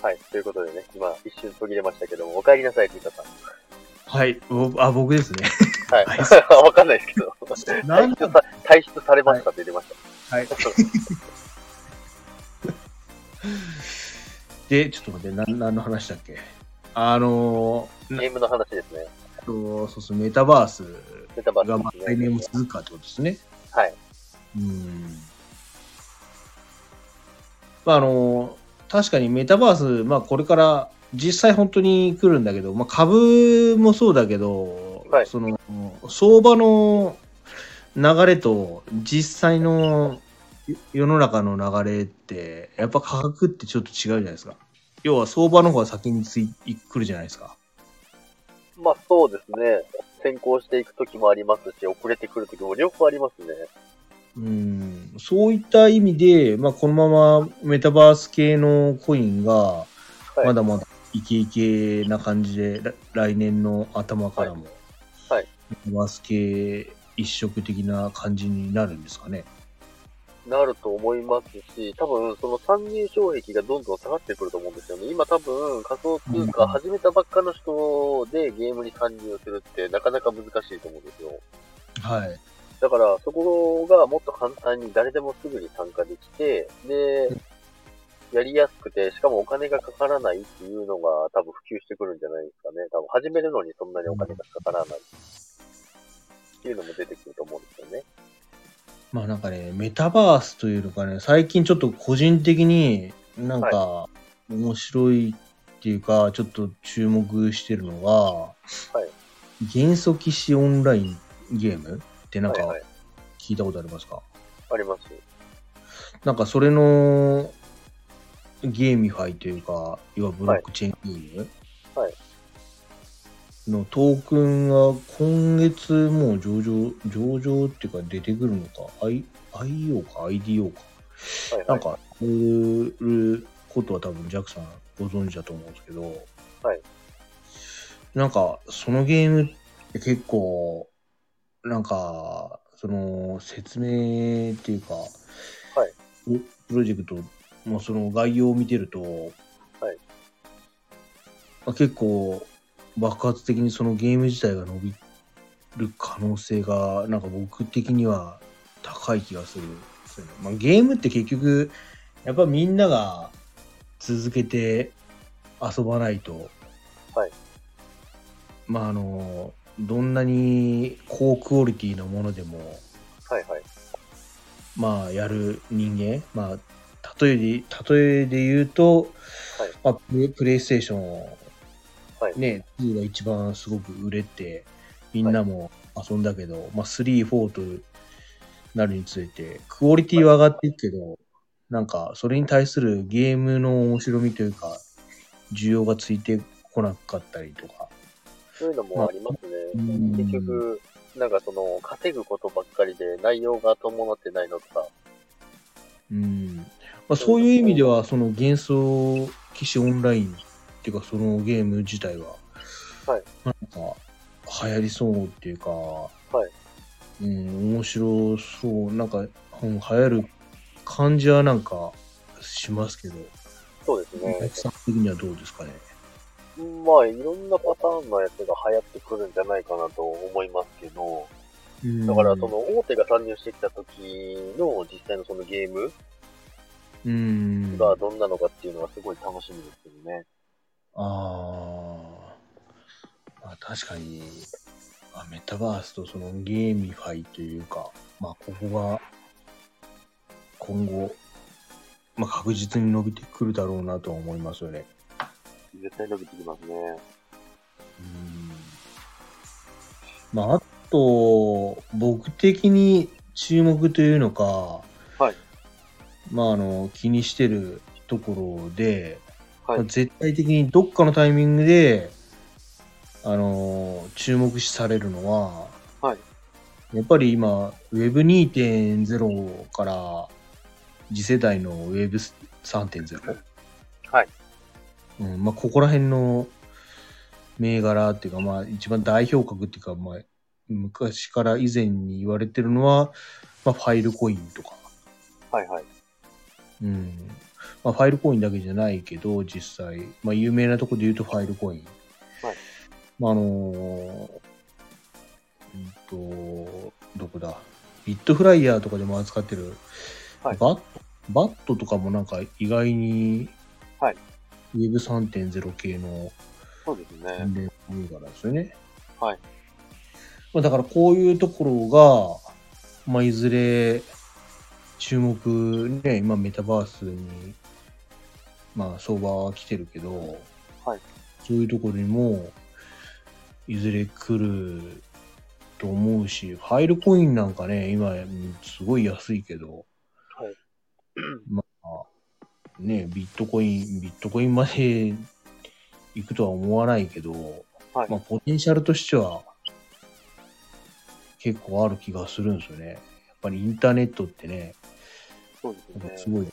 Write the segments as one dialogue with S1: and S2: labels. S1: はい。ということでね、今、一瞬途切れましたけども、お帰りなさい、ピーターさん。
S2: はい。おあ、僕ですね。
S1: はい。 わかんないですけど。
S2: なん
S1: 退出さ退出されましたって出ました。
S2: はい。 で、ちょっと待って、なん何の話だっけあのー、
S1: ゲームの話ですね。
S2: えっとそうそう、メタバース
S1: メタバ
S2: が
S1: ー
S2: まあ
S1: スです
S2: 来年も
S1: ね。
S2: 続くかってことですね。
S1: はい。
S2: うん。まあ、あのー、確かにメタバース、まあ、これから実際本当に来るんだけど、まあ、株もそうだけど、
S1: はい
S2: その、相場の流れと実際のよ世の中の流れって、やっぱ価格ってちょっと違うじゃないですか。要は相場の方が先につい来るじゃないですか。
S1: まあそうですね。先行していく時もありますし、遅れてくる時も両方ありますね。
S2: うん、そういった意味で、まあ、このままメタバース系のコインが
S1: はい
S2: まだまだイケイケな感じで、ら来年の頭からも、
S1: はいはい
S2: メタバース系一色的な感じになるんですかね。
S1: なると思いますし、多分その参入障壁がどんどん下がってくると思うんですよね。今多分仮想通貨始めたばっかの人でゲームに参入するってなかなか難しいと思うんですよ。
S2: はい。
S1: だから、そこがもっと簡単に誰でもすぐに参加できて、で、やりやすくて、しかもお金がかからないっていうのが多分普及してくるんじゃないですかね。多分始めるのにそんなにお金がかからない。っていうのも出てくると思うんですよね。
S2: まあなんかね、メタバースというかね、最近ちょっと個人的になんか面白いっていうか、ちょっと注目してるのが、元素騎士オンラインゲームってなんか、
S1: はいはい。
S2: 聞いたことありますか
S1: あります。
S2: なんかそれのゲーミファイというか、いわゆるブロックチェーンゲーム、
S1: はい
S2: のトークンが今月もう上場、上場っていうか出てくるのか、I、IO か IDO か、
S1: はい、はい。
S2: なんか、こういうことは多分ジャックさんご存知だと思うんですけど、
S1: はい
S2: なんか、そのゲームって結構、なんか、その、説明っていうか、はいい。プロジェクトのその概要を見てると、はいまあ、結構、爆発的にそのゲーム自体が伸びる可能性が、なんか僕的には高い気がするんですよね。まあ、ゲームって結局、やっぱみんなが続けて遊ばないと、
S1: はい
S2: まああの、どんなに高クオリティのものでも、
S1: はいはい。
S2: まあ、やる人間、まあ、例えで、例えで言うと、
S1: はい
S2: まあ、プレイプレイステーション、
S1: はい
S2: ね、2が一番すごく売れて、みんなも遊んだけど、まあ、3、4となるについて、クオリティは上がっていくけど、なんか、それに対するゲームの面白みというか、需要がついてこなかったりとか、
S1: そういうのもありますね。
S2: うん
S1: 結局、なんかその、稼ぐことばっかりで内容が伴ってないのとか、
S2: うんまあ、そういう意味では、その幻想騎士オンラインっていうか、そのゲーム自体は、
S1: はい
S2: なんか流行りそうっていうか、はいうん、面白そう、なんか、うん、流行る感じはなんかしますけど、
S1: そうですね。
S2: お客さん的にはどうですかね。
S1: まあ、いろんなパターンのやつが流行ってくるんじゃないかなと思いますけど、だからその大手が参入してきた時の実際のそのゲーム
S2: うん、うん、
S1: がどんなのかっていうのはすごい楽しみですけどね。
S2: あー、まあ、確かに、まあ、メタバースとそのゲーミファイというか、まあ、ここが今後、まあ、確実に伸びてくるだろうなとは思いますよね。
S1: 絶対伸びてきますね。
S2: うんまあ、あと、僕的に注目というのか、
S1: はい
S2: まあ、あの、気にしてるところで、
S1: はい
S2: まあ絶対的にどっかのタイミングで、あの、注目視されるのは、
S1: はい
S2: やっぱり今、Web2.0 から次世代の Web3.0。
S1: はい。
S2: うん、まあ、ここら辺の銘柄っていうか、まあ、一番代表格っていうか、まあ、昔から以前に言われてるのは、まあ、ファイルコインとか、
S1: はいはい。
S2: うん。まあ、ファイルコインだけじゃないけど、実際、まあ、有名なところで言うとファイルコイン。
S1: はい
S2: まあ、あのーうんと、どこだ。ビットフライヤーとかでも扱ってる、
S1: はい
S2: バット、バットとかもなんか意外に、
S1: はい
S2: ウェブ3.0系の
S1: そうですね。
S2: 関連銘柄ですよね。
S1: はい。
S2: まあ、だからこういうところが、まあ、いずれ、注目ね、今メタバースに、まあ相場は来てるけど、
S1: はい。
S2: そういうところにも、いずれ来ると思うし、ファイルコインなんかね、今、うんすごい安いけど、
S1: はい。
S2: まあ、ね、ビットコイン、ビットコインまで行くとは思わないけど、
S1: はい
S2: まあ、ポテンシャルとしては、結構ある気がするんですよね。やっぱりインターネットってね、
S1: そうです
S2: やっ
S1: ね
S2: ぱ。すごい。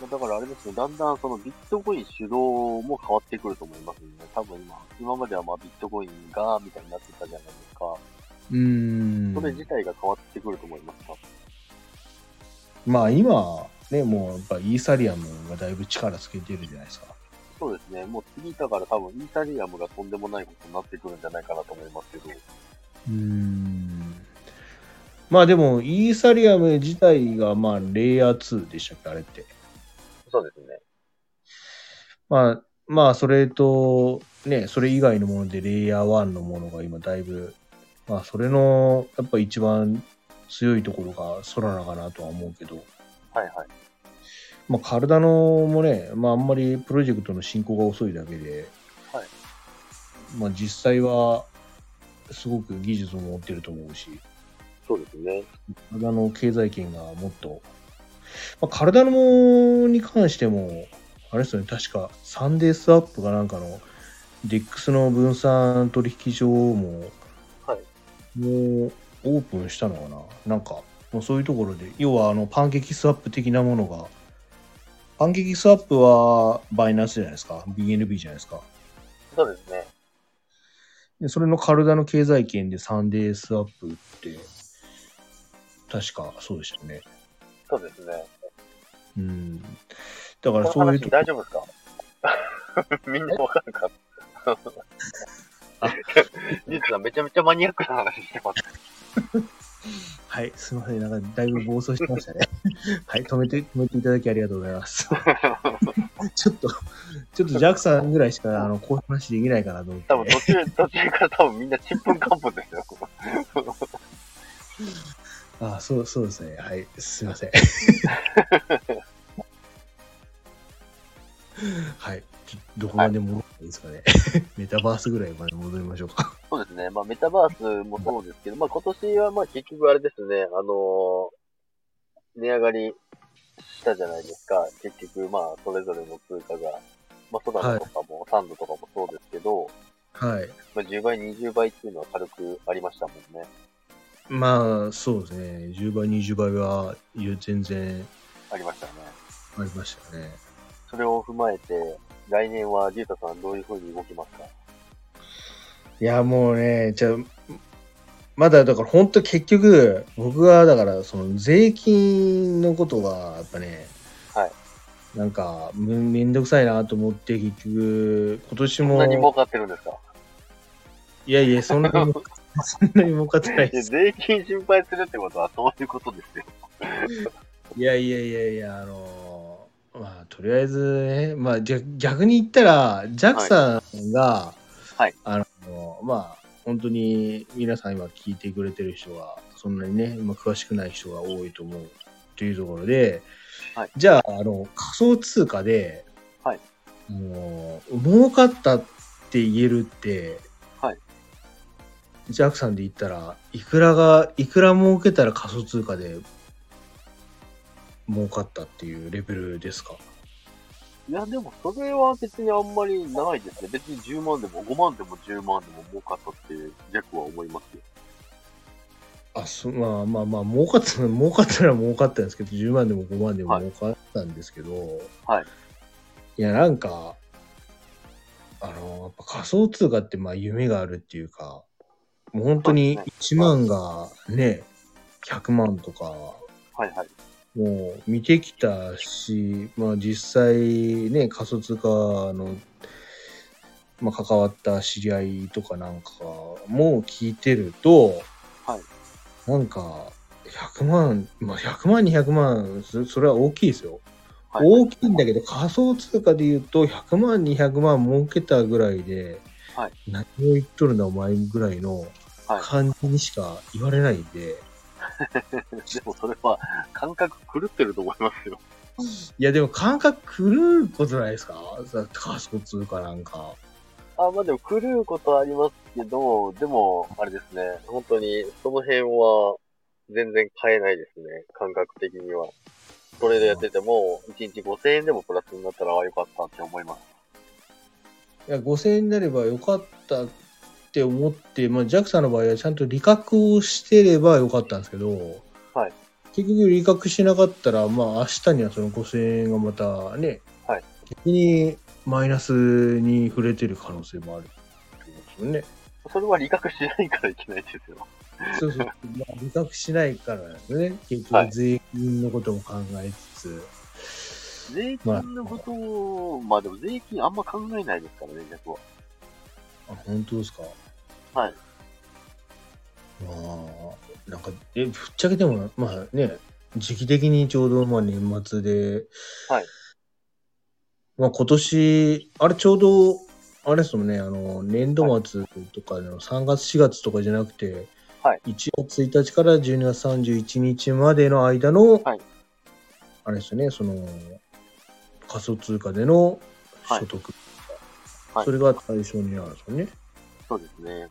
S1: まあだからあれですね、だんだんそのビットコイン主導も変わってくると思いますね。多分今、今まではまあビットコインが、みたいになってたじゃないですか。
S2: うーん。
S1: それ自体が変わってくると思いますか。
S2: まあ今、ね、もうやっぱイーサリアムがだいぶ力つけてるじゃないですか。
S1: そうですね。もう次だから多分イーサリアムがとんでもないことになってくるんじゃないかなと思いますけど。
S2: うーん。まあでも、イーサリアム自体が、まあ、レイヤー2でしたっけ、あれって。
S1: そうですね。
S2: まあ、まあ、それと、ね、それ以外のもので、レイヤー1のものが今、だいぶ、まあ、それの、やっぱ一番強いところがソラナかなとは思うけど、
S1: はいはい。
S2: まあ、カルダノもね、まあ、あんまりプロジェクトの進行が遅いだけで、
S1: はい
S2: まあ、実際は、すごく技術も持ってると思うし、
S1: そうですね。
S2: カルダノ経済圏がもっと、まあ、カルダノに関しても、あれですよね、確かサンデースアップがなんかの、デックスの分散取引所も、
S1: はい
S2: もうオープンしたのかななんか、もうそういうところで、要はあのパンケーキスワップ的なものが、パンケーキスワップはバイナンスじゃないですか、BNB じゃないですか。
S1: そうですね。
S2: でそれのカルダの経済圏でサンデースアップって、確かそうでしたね。
S1: そうですね。
S2: うん。だか
S1: こ
S2: ら
S1: の
S2: そうい
S1: 話
S2: うと
S1: 大丈夫ですか みんなわかるか
S2: あ
S1: 実はめちゃめちゃマニアックな話してます。
S2: はい、すみません。なんかだいぶ暴走してましたね。 はい、止めて、止めていただきありがとうございます。 ちょっと、ちょっとジャックさんぐらいしか、あの、こういう話できないかなと思って。
S1: 多分途中、途中から多分みんなちんぷんかんぷんですよ。
S2: ああ、そう、そうですね。はい、すみませ ん。はい、ちょどこまで戻ったらいいですかね。メタバースぐらいまで戻りましょうか。
S1: そうですね。まあ、メタバースもそうですけど、まあ、今年はまあ、結局あれですね、あのー値上がりしたじゃないですか。結局、まあ、それぞれの通貨が、まあ、ソダ
S2: は
S1: ム
S2: い
S1: とかも、サンドとかもそうですけど、
S2: はい。
S1: まあ、10倍、20倍っていうのは軽くありましたもんね。
S2: まあ、そうですね。10倍、20倍は、いや全然
S1: ありましたね。
S2: ありましたね。
S1: それを踏まえて、来年はリュウタさんどういう風に動きますか
S2: いや、もうね、じゃあまだだから本当結局、僕はだからその税金のことがやっぱね、
S1: はい
S2: なんかめめんどくさいなと思って結局、今年
S1: そんなに儲
S2: も、
S1: かってるんですか
S2: いやいや、そんなに、そんなに儲かってない
S1: いや
S2: です。
S1: 税金心配するってことはそういうことですよ。
S2: いやいやいやいや、あのーまあとりあえずね、まあじゃ逆に言ったら、ジャックさんが、
S1: はい
S2: あのーまあ本当に皆さん今聞いてくれてる人は、そんなにね、まあ、詳しくない人が多いと思うというところで、
S1: はい
S2: じゃあ、あの、仮想通貨で、
S1: はい
S2: もう、儲かったって言えるって、
S1: はい
S2: ジャックさんで言ったら、いくらが、いくら儲けたら仮想通貨で儲かったっていうレベルですか
S1: いや、でもそれは別にあんまりないですね。別に10万でも5万でも10万でも儲かったって、ジャックは思いますよ。
S2: あそまあまあまあ儲かった儲かったら儲かったんですけど10万でも5万でも
S1: はい
S2: 儲かったんですけど、
S1: はい、
S2: いやなんかあのやっぱ仮想通貨ってまあ夢があるっていうかもう本当に
S1: はい
S2: 1万がね100万とか
S1: はいはい。
S2: もう見てきたし、まあ実際ね、仮想通貨の、まあ関わった知り合いとかなんかも聞いてると、
S1: はい
S2: なんか、100万、まあ100万、200万、そそれは大きいですよ。
S1: はい
S2: 大きいんだけど、仮想通貨で言うと、100万、200万儲けたぐらいで、
S1: はい
S2: 何を言っとるんだ、お前ぐらいの
S1: はい
S2: 感じにしか言われないんで、
S1: でもそれは感覚狂ってると思いますよ。
S2: いや、でも感覚狂うことないですかさ仮想通貨なんか。
S1: あ、まあでも狂うことはありますけど、でも、あれですね、本当にその辺は全然変えないですね、感覚的には。トレードやってても、1日5000円でもプラスになったら、ああ、よかったって思います。
S2: いや、5000円になればよかったって思って、まあ、JAXA の場合はちゃんと利確をしてればよかったんですけど、
S1: はい
S2: 結局利確しなかったら、まあ、明日にはその5000円がまたね、
S1: はい
S2: 逆にマイナスに触れてる可能性もあるってことですよね。
S1: それは理覚しないからいけないですよ。
S2: そうそう、まあ、利確しないからなんですね。結
S1: はい
S2: 局、税金のことも考えつつ。
S1: 税金のことを、まあでも税金あんま考えないですからね、逆は。
S2: あ、本当ですか。
S1: はい。
S2: まあ、なんか、え、ぶっちゃけでも、まあね、時期的にちょうどまあ年末で、
S1: はい。
S2: まあ今年、あれちょうど、あれですもんね、あの、年度末とかの3月、4月とかじゃなくて、
S1: はい。
S2: 1月1日から12月31日までの間の、
S1: はい
S2: あれですよね、その、仮想通貨での所得、
S1: はい
S2: それが対象になるんですよね。
S1: そうですね。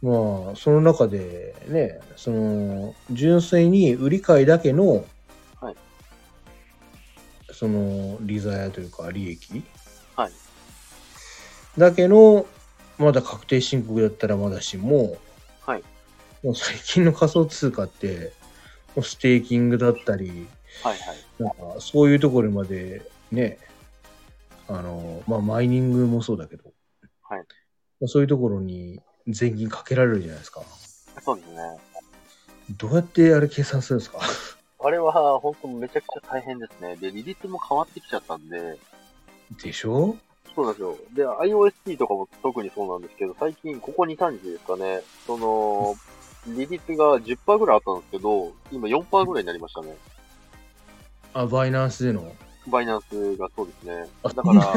S2: まあ、その中でね、その、純粋に売り買いだけの、
S1: はい
S2: その、利ザヤというか、利益
S1: はい。
S2: だけの、まだ確定申告だったらまだしも、
S1: はい
S2: もう最近の仮想通貨って、もうステーキングだったり、
S1: はいはい。
S2: なんかそういうところまでね、あの、まあ、マイニングもそうだけど、
S1: はい
S2: まあそういうところに税金かけられるじゃないですか。
S1: そうですね。
S2: どうやってあれ計算するんですか
S1: あれは本当めちゃくちゃ大変ですね。で、利率も変わってきちゃったんで、
S2: でしょ
S1: そうなんですよ。で、IOST とかも特にそうなんですけど、最近ここ2、3日ですかね、その、利率が10%ぐらいあったんですけど、今4%ぐらいになりましたね。
S2: あ、バイナンスでの。
S1: バイナンスがそうですね。
S2: あ
S1: だ から、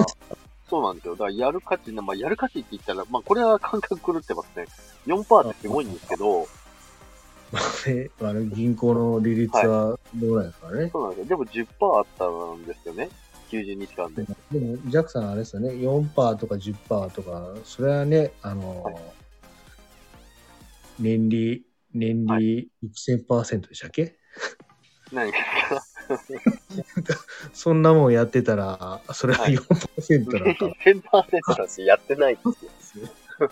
S1: そうなんですよ。だから、やる価値な、まあ、やる価値って言ったら、まあ、これは感覚狂ってますね。4%ってすごいんですけど、
S2: であの銀行の利率はどうなんですかね。
S1: そうなんですよ。でも10%あったんですよね。90日間で。
S2: でも、ジャックさんあれですよね、4%とか10%とか、それはね、あの、
S1: はい
S2: 年利、年
S1: は
S2: 利1000%でしたっけ、
S1: 何ですか
S2: そんなもんやってたら、それは
S1: はい
S2: 4%なんか、
S1: 1000%だってやってないですよ。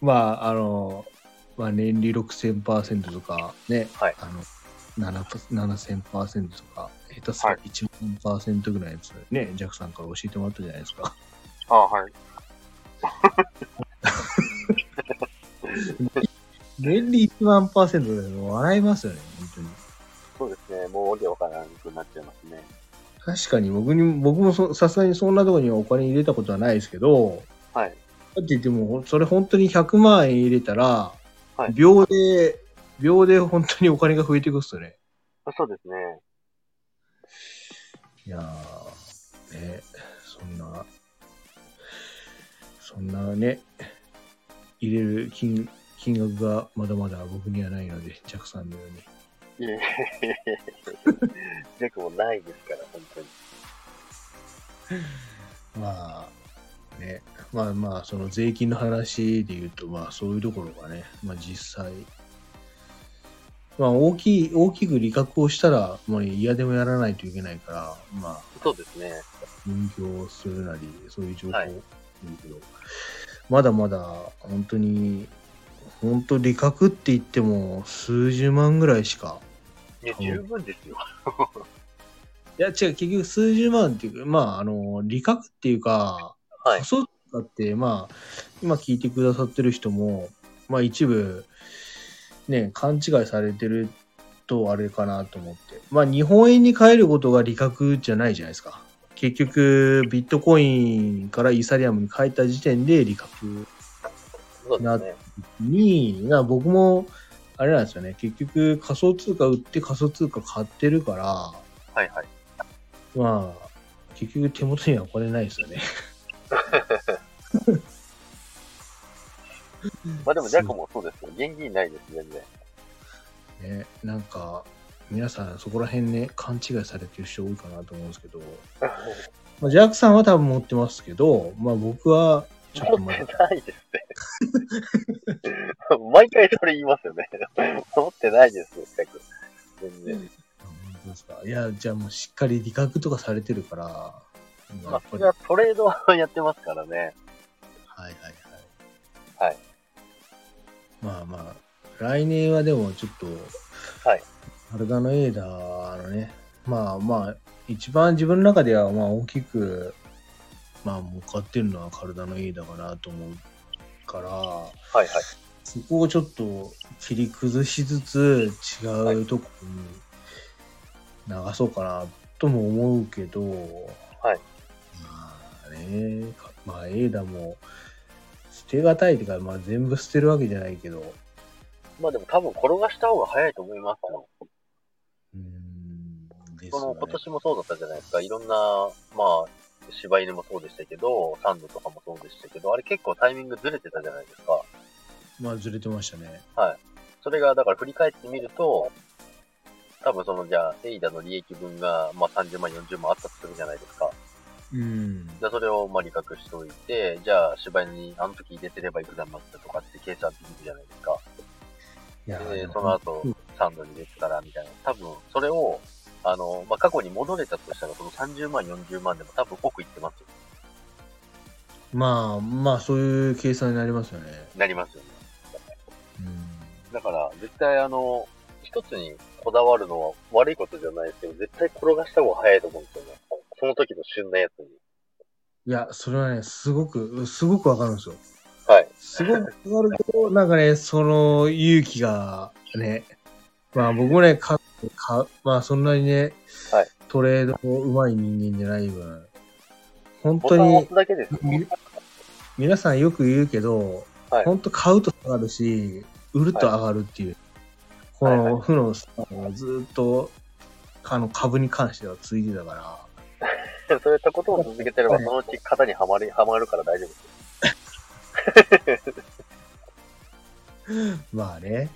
S2: まあ、あの、まあ、年利6000%とか、ね、
S1: はい
S2: あの、7 7000%とか、下手すら
S1: は
S2: 1万ぐらいのやつ、ね、ジャックさんから教えてもらったじゃないですか。
S1: あはい。
S2: 年利1万パーセントで笑いますよね、本当に。
S1: そうですね。もうわけわからなくなっちゃいますね。
S2: 確かに僕に、僕もそさすがにそんなところにはお金入れたことはないですけど、
S1: はい。
S2: だってでも、それ本当に100万円入れたら、
S1: はい
S2: 秒で、秒で本当にお金が増えていくっすよね。
S1: そうですね。
S2: いやー、ね、そんな、そんなね、入れる金、金額がまだまだ僕にはないので、ジャックさんのように。
S1: いえいえい えいえ。ジャックもないですから、本当に。
S2: まあ、ね、まあまあ、その税金の話で言うと、まあそういうところがね、まあ実際、まあ大きい、大きく利確をしたら、まあ嫌でもやらないといけないから、まあ、
S1: そうですね。
S2: 勉強するなり、そういう情報を
S1: はい
S2: 見るけど、まだまだ本当に、本当利確って言っても数十万ぐらいしか、
S1: いや、
S2: そう
S1: 十分ですよ。
S2: いや違う、結局数十万っていうか、まああの、利確っていうか、
S1: はい。
S2: そうだって、まあ、今聞いてくださってる人も、まあ一部、ね、勘違いされてるとあれかなと思って。まあ、日本円に変えることが利確じゃないじゃないですか。結局、ビットコインからイーサリアムに変えた時点で利確
S1: そうですね。
S2: に、な僕も、あれなんですよね。結局、仮想通貨売って仮想通貨買ってるから、
S1: はいはい。
S2: まあ、結局手元にはお金ないですよね。
S1: まあでも、ジャックもそうですけど、現金ないです、全然。
S2: ね、なんか、皆さんそこら辺ね、勘違いされてる人多いかなと思うんですけど、まあ、ジャックさんは多分持ってますけど、まあ僕は、ちょっと
S1: 持
S2: ま
S1: って
S2: だ、
S1: ないですね。毎回それ言いますよね。 持ってないです、全く。全然。
S2: 本当ですか。いや、じゃあもうしっかり利確とかされてるから、
S1: まあ
S2: やっ、ぱ
S1: そ
S2: り
S1: れは トレードをやってますからね。
S2: はいはい
S1: は
S2: はい。
S1: い。
S2: まあまあ、来年はでもちょっと、
S1: はい。
S2: アルガノエーダーのね、まあまあ、一番自分の中ではまあ大きく、まあ儲かってるのはカルダのエーダーかなと思うから、
S1: はいはい。
S2: そこをちょっと切り崩しつつ違うとこに流そうかなとも思うけど、
S1: はい
S2: まあね、かまあエーダも捨てがたいというか、まあ全部捨てるわけじゃないけど、
S1: まあでも多分転がした方が早いと思いますよ。
S2: うーん、ですね
S1: その今年もそうだったじゃないですか。いろんな、まあ、柴犬もそうでしたけど、サンドとかもそうでしたけど、あれ結構タイミングずれてたじゃないですか。
S2: まあずれてましたね。
S1: それが、だから振り返ってみると、多分その、じゃあ、エイダの利益分が、まあ30万、40万あったとするじゃないですか。
S2: うん。
S1: で、それを、まあ、理覚しておいて、じゃあ、芝居に、あの時入れてればいくらになったとかって計算できるじゃないですか。
S2: いや
S1: で、その後
S2: うん、
S1: サンドに入れてたら、みたいな。多分、それを、あの、まあ、過去に戻れたとしたら、その30万、40万でも多分多くいってますよ。
S2: まあまあそういう計算になりますよね。
S1: なりますよね。
S2: うん。
S1: だから、絶対あの、一つにこだわるのは悪いことじゃないですけど、絶対転がした方が早いと思うんですよね。その時の旬なやつに。
S2: いや、それはね、すごく、すごくわかるんですよ。
S1: はい。
S2: すごくわかるけど、なんかね、その勇気がね、まあ僕もね、かかまあそんなにね、
S1: はい
S2: トレード上手い人間じゃない分、本
S1: ボ
S2: 当
S1: タンを
S2: に
S1: 押すだけですよ。
S2: み皆さんよく言うけど、
S1: はい
S2: 本当買うと下がるし、売ると上がるっていう、こ
S1: はい
S2: の
S1: は
S2: 負のスパンがずっと、あの株に関してはついてたから、
S1: そういったことを続けてれば、そのうち型にはまり、はまるから大丈夫です。
S2: まあね。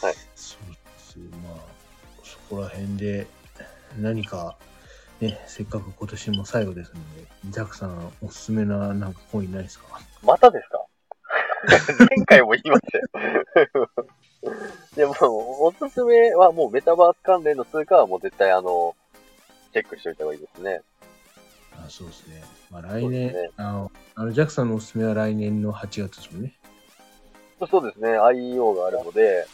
S1: はい
S2: そうですよまあ、そこら辺で何か、ね、せっかく今年も最後ですので、ザクさんおすすめななんかコインないですか
S1: またですか 前回も言いましたよ。でも、おすすめはもうメタバース関連の通貨はもう絶対あの、チェックしておいた方がいいですね。
S2: あそうですね。まあ来年、
S1: そうですね
S2: あの、あのジャクさんのおすすめは来年の8月ですもんね。
S1: そうですね、IEO があるので、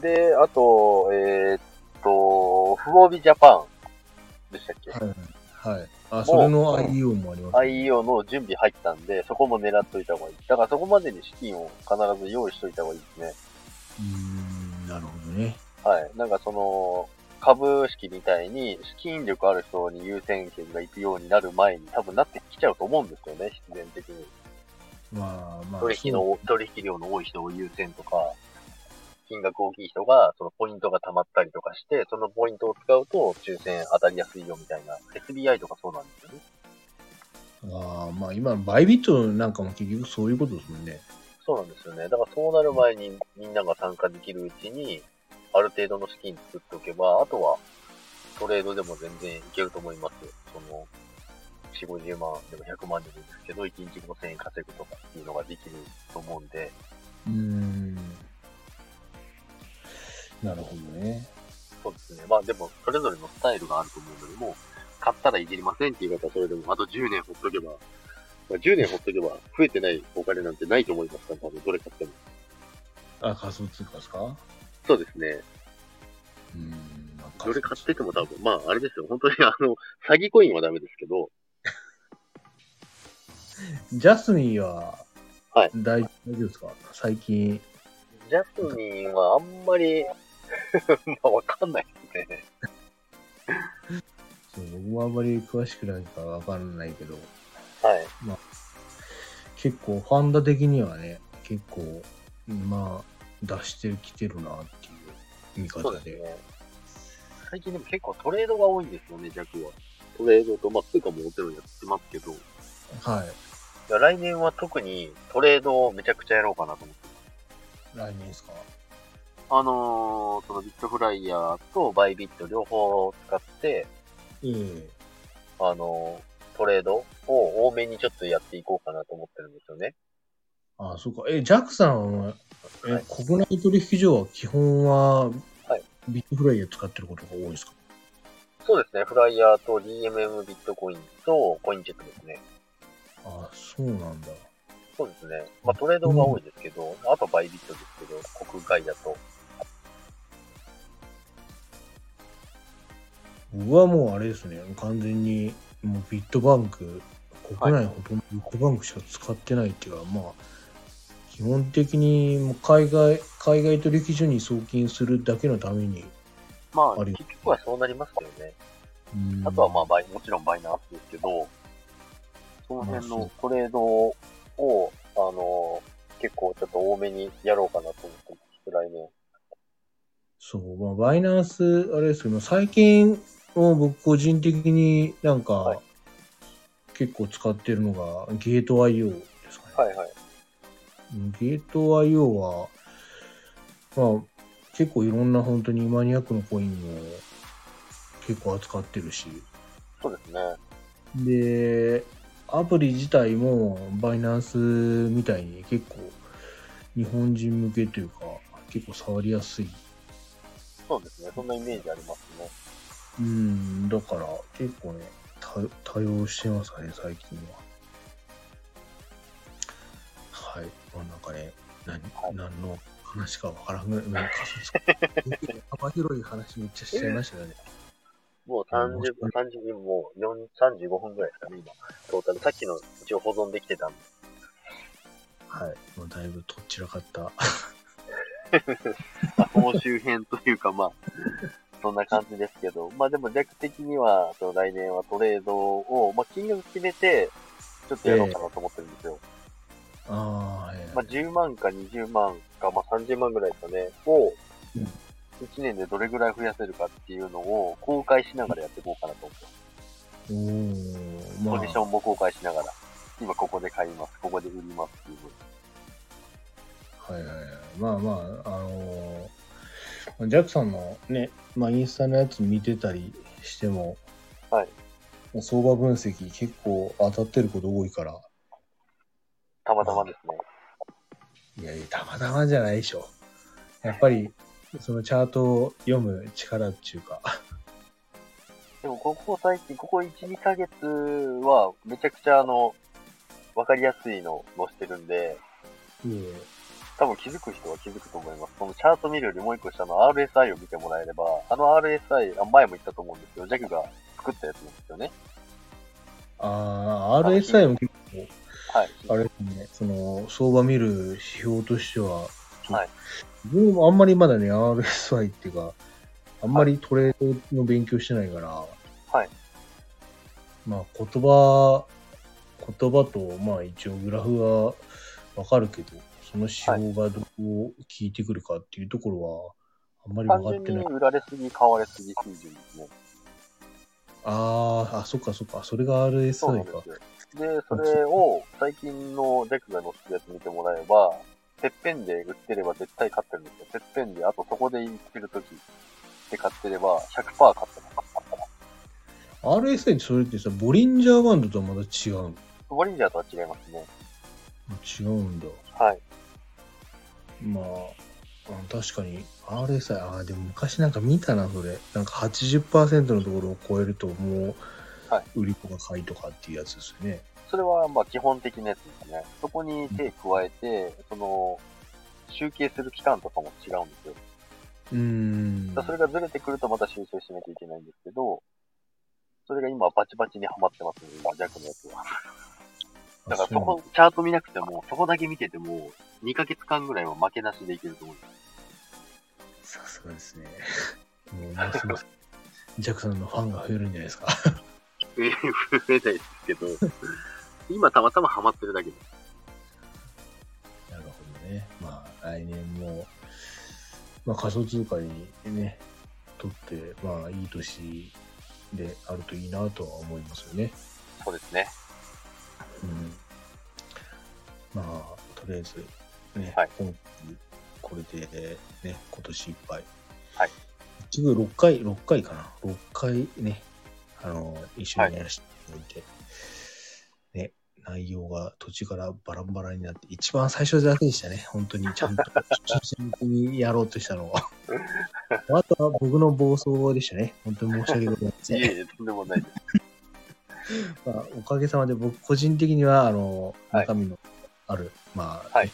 S1: で、あと、えーっと、不モビジャパンでしたっけ、
S2: はい。はい。あ、それの IEO もあります、ね。
S1: ?IEO の準備入ったんで、そこも狙っといた方がいい。だからそこまでに資金を必ず用意しといた方がいいですね。
S2: うーん、なるほどね。
S1: はい。なんかその、株式みたいに資金力ある人に優先権が行くようになる前に多分なってきちゃうと思うんですよね、必然的に。
S2: まあまあ。
S1: 取引の、取引量の多い人を優先とか、金額大きい人が、そのポイントが溜まったりとかして、そのポイントを使うと抽選当たりやすいよみたいな、SBI とかそうなんですよね。
S2: そうあーまあ今、バイビットなんかも結局そういうことですもんね。
S1: そうなんですよね。だからそうなる前にみんなが参加できるうちに、ある程度の資金作っておけば、あとはトレードでも全然いけると思いますよ。その、4、50万でも100万でもいいんですけど、1日5000円稼ぐとかっていうのができると思うんで、
S2: うーん。なるほどね。
S1: そうですね。まあでも、それぞれのスタイルがあると思うので、もう、買ったらいじりませんっていう方はそれでも、あと10年ほっとけば、まあ、10年ほっとけば、増えてないお金なんてないと思いますから、多分どれ買っても。
S2: あ、仮想通貨ですか
S1: そうですね。
S2: うーん。まあ
S1: どれ買ってても多分、まああれですよ、本当にあの、詐欺コインはダメですけど、
S2: ジャスミンは、
S1: はい
S2: 大丈夫ですか最近。
S1: ジャスミンはあんまり、 まあ、わかんないですね。
S2: そう僕もあんまり詳しくないからわからないけど、
S1: はい。
S2: 結構ファンダ的にはね、結構、まあ、出してきてるなっていう見
S1: そう
S2: 方
S1: です
S2: で。
S1: ね。最近でも結構トレードが多いんですよね、弱は。トレードと、まあ、通貨ももちろんやってますけど、い
S2: はい。
S1: や来年は特にトレードをめちゃくちゃやろうかなと思って。
S2: 来年ですか
S1: あのー、そのビットフライヤーとバイビット両方使って、
S2: ええ。
S1: あのー、トレードを多めにちょっとやっていこうかなと思ってるんですよね。
S2: あそうか。え、ジャックさんは、え、
S1: はい
S2: 国内取引所は基本は、
S1: はい
S2: ビットフライヤー使ってることが多いですか
S1: そうですね、フライヤーと DMM ビットコインとコインチェックですね。
S2: あそうなんだ。
S1: そうですね。まあトレードが多いですけど、あとバイビットですけど、国外だと。
S2: 僕はもうあれですね、完全にもうビットバンク、国内ほとんどビットバンクしか使ってないっていうか、まあ、基本的にもう海外、海外取引所に送金するだけのために、
S1: まあ、
S2: あり
S1: 結局はそうなりますよね。
S2: うん
S1: あとはまあ、バイ、もちろんバイナースですけど、その辺のトレードを、あの、結構ちょっと多めにやろうかなと思ってます、来年。
S2: そう、まあ、バイナンス、あれですけど、最近も僕個人的になんか、
S1: はい
S2: 結構使ってるのがゲート IO ですかね。
S1: はいはい。
S2: ゲート IO は、まあ、結構いろんな本当にマニアックのコインを結構扱ってるし、
S1: そうですね。
S2: で、アプリ自体もバイナンスみたいに結構日本人向けというか、結構触りやすい。
S1: そうですね。そんなイメージありますね。
S2: うん、だから結構ね、多多用してますね、最近は。はい。まあ、なんかね、何、
S1: はい
S2: 何の話かわからんぐらい、なんか、 幅広い話めっちゃしちゃいましたよね。
S1: もう30分、30分、もう4 35分ぐらいですかね、今。トータル。さっきの一応保存できてたんで。
S2: はい。まあ、だいぶとっちらかった。
S1: まあ、報酬編というか、まあ、 そんな感じですけど、まあでも略的には、その来年はトレードを、まあ金額決めて、ちょっとやろうかなと思ってるんですよ。
S2: ああ、ええ
S1: まあ、10万か20万か、まあ、30万ぐらいですかね、を
S2: うん、
S1: 1年でどれぐらい増やせるかっていうのを公開しながらやっていこうかなと思って
S2: おー、
S1: ま
S2: まあ
S1: す。ポジションも公開しながら、今ここで買います、ここで売りますっていう。
S2: はいはいはい。まあまあ、あのージャックさんのね、まあ、インスタのやつ見てたりしても、
S1: はい。
S2: 相場分析結構当たってること多いから、
S1: たまたまですね。
S2: いやいや、たまたまじゃないでしょ。やっぱり、そのチャートを読む力っていうか、
S1: でも、ここ最近、ここ1、2ヶ月は、めちゃくちゃ、あの、わかりやすいのを載せてるんで、多分気づく人は気づくと思います。そのチャート見るよりもう一個下の RSI を見てもらえれば、あの RSI、あ前も言ったと思うんですけど、ジャクが作ったやつなんですよね。
S2: ああ、RSI も結構、
S1: はい。
S2: あれですね、その、相場見る指標としては、
S1: はい
S2: 自分もあんまりまだね、RSI っていうか、あんまりトレードの勉強してないから、
S1: はい。
S2: まあ、言葉、言葉と、まあ、一応グラフはわかるけど、その指標がどう効いてくるかっていうところは、あんまり
S1: 単
S2: 分かって
S1: 純
S2: な
S1: に
S2: い。
S1: 売られすぎ、買われすぎ水準ですね。
S2: ああ、あ、そっかそっか、それが
S1: そうな
S2: RSI
S1: んで
S2: か。
S1: すよ。で、それを最近のデクが載ってるやつ見てもらえば、てっぺんで売ってれば絶対勝ってるんですよ。てっぺんで、あとそこで売ってる時で買ってれば100%勝ってます。
S2: RSI ってそれってさ、ボリンジャーバンドとはまた違うの
S1: ボリンジャーとは違いますね。
S2: 違うんだ。
S1: はい。
S2: まあ、あ確かに RSI、ああ、でも昔なんか見たな、それ。なんか80%のところを超えると、も、
S1: はいう
S2: 売りとか買いとかっていうやつですよね。
S1: それはまあ基本的なやつですね。そこに手加えて、その、集計する期間とかも違うんですよ。
S2: うーん
S1: だ。からそれがずれてくるとまた修正しなきゃいけないんですけど、それが今バチバチにはまってますね、今、ジャックのやつは。だからそこ、チャート見なくても、そこだけ見てても、2ヶ月間ぐらいは負けなしでいけると思うんです。
S2: さすがですね。もうますます、ジャクさんのファンが増えるんじゃないですか。
S1: 増えないですけど、今たまたまハマってるだけです。
S2: なるほどね。まあ、来年も、まあ、仮想通貨にね、とって、まあ、いい年であるといいなとは思いますよね。
S1: そうですね。
S2: うん。まあ、とりあえず、ね、
S1: はい
S2: 今期これで、ね、今年いっぱい。
S1: はい。
S2: 一部6回、6回かな。6回ね、あの、一緒にやらせていただいて、ね、内容が途中からバラバラになって、一番最初だけでしたね。本当にちゃんと、真摯にやろうとした のは。あとは僕の暴走でしたね。本当に申し訳ございま
S1: い
S2: せん
S1: え。いえ、とんでもないです。
S2: まあ、おかげさまで僕個人的にはあの
S1: はい
S2: 中身のある、まあ、
S1: はい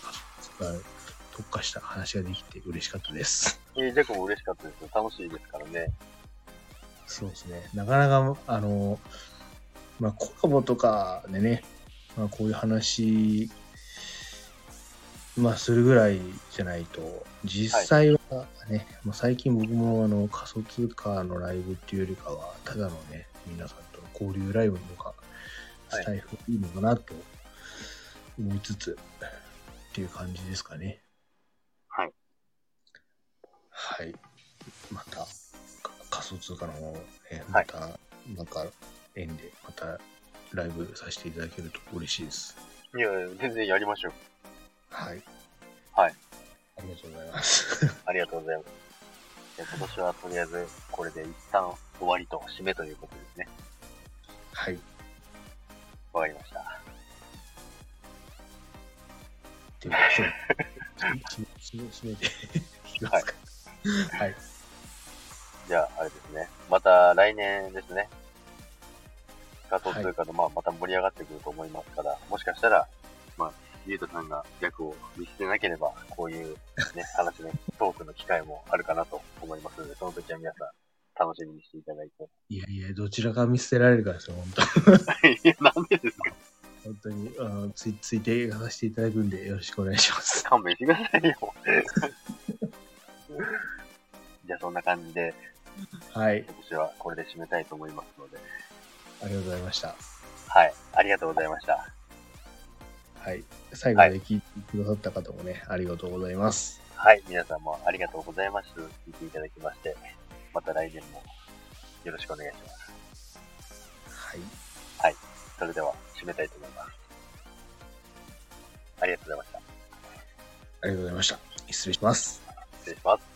S2: 特化した話ができて嬉しかったです。
S1: えー、ジャコも嬉しかったですよ。楽しいですからね。
S2: そうですね。なかなかあの、まあ、コラボとかでね、まあ、こういう話、まあ、するぐらいじゃないと、実際はね、まあ、最近僕もあの仮想通貨のライブっていうよりかは、ただのね、皆さんとの交流ライブの方が
S1: はい
S2: スタイフいいのかなと思いつつ、っていう感じですかね。
S1: はい。
S2: はい。また、か仮想通貨の方を、ね、
S1: は
S2: ま
S1: い
S2: た、なんか、縁で、また、ライブさせていただけると嬉しいです。
S1: いや、全然やりましょう。
S2: はい。
S1: はい。
S2: ありがとうございます。
S1: ありがとうございます。じゃあ今年はとりあえず、これで一旦終わりと締めということですね。
S2: はい。
S1: わかりました。
S2: では、そう。締め、締め締めていきますか。はい。
S1: じゃあ、あれですね。また来年ですね。仮想通貨の、まあ、また盛り上がってくると思いますから、もしかしたら、まあ、ゆうとさんが役を見せてなければ、こういうね、話のトークの機会もあるかなと思いますので、その時は皆さん、楽しみにしていただいて。
S2: いやいや、どちらか見捨てられるからですよ、本当
S1: いや、 なんでですか
S2: 本当に、あの、つい、ついていかさせていただくんで、よろしくお願い します。
S1: 勘弁してくださいよ。じゃあ、そんな感じで、
S2: はい。
S1: 今年はこれで締めたいと思いますので、
S2: ありがとうございました。
S1: はい、ありがとうございました。
S2: はい。最後まで聞いてくださった方もね、ありがとうございます。
S1: はい、皆さんもありがとうございます。聞いていただきまして、また来年もよろしくお願いします。
S2: はい。
S1: それでは、締めたいと思います。ありがとうございました。
S2: ありがとうございました。失礼します。
S1: 失礼します。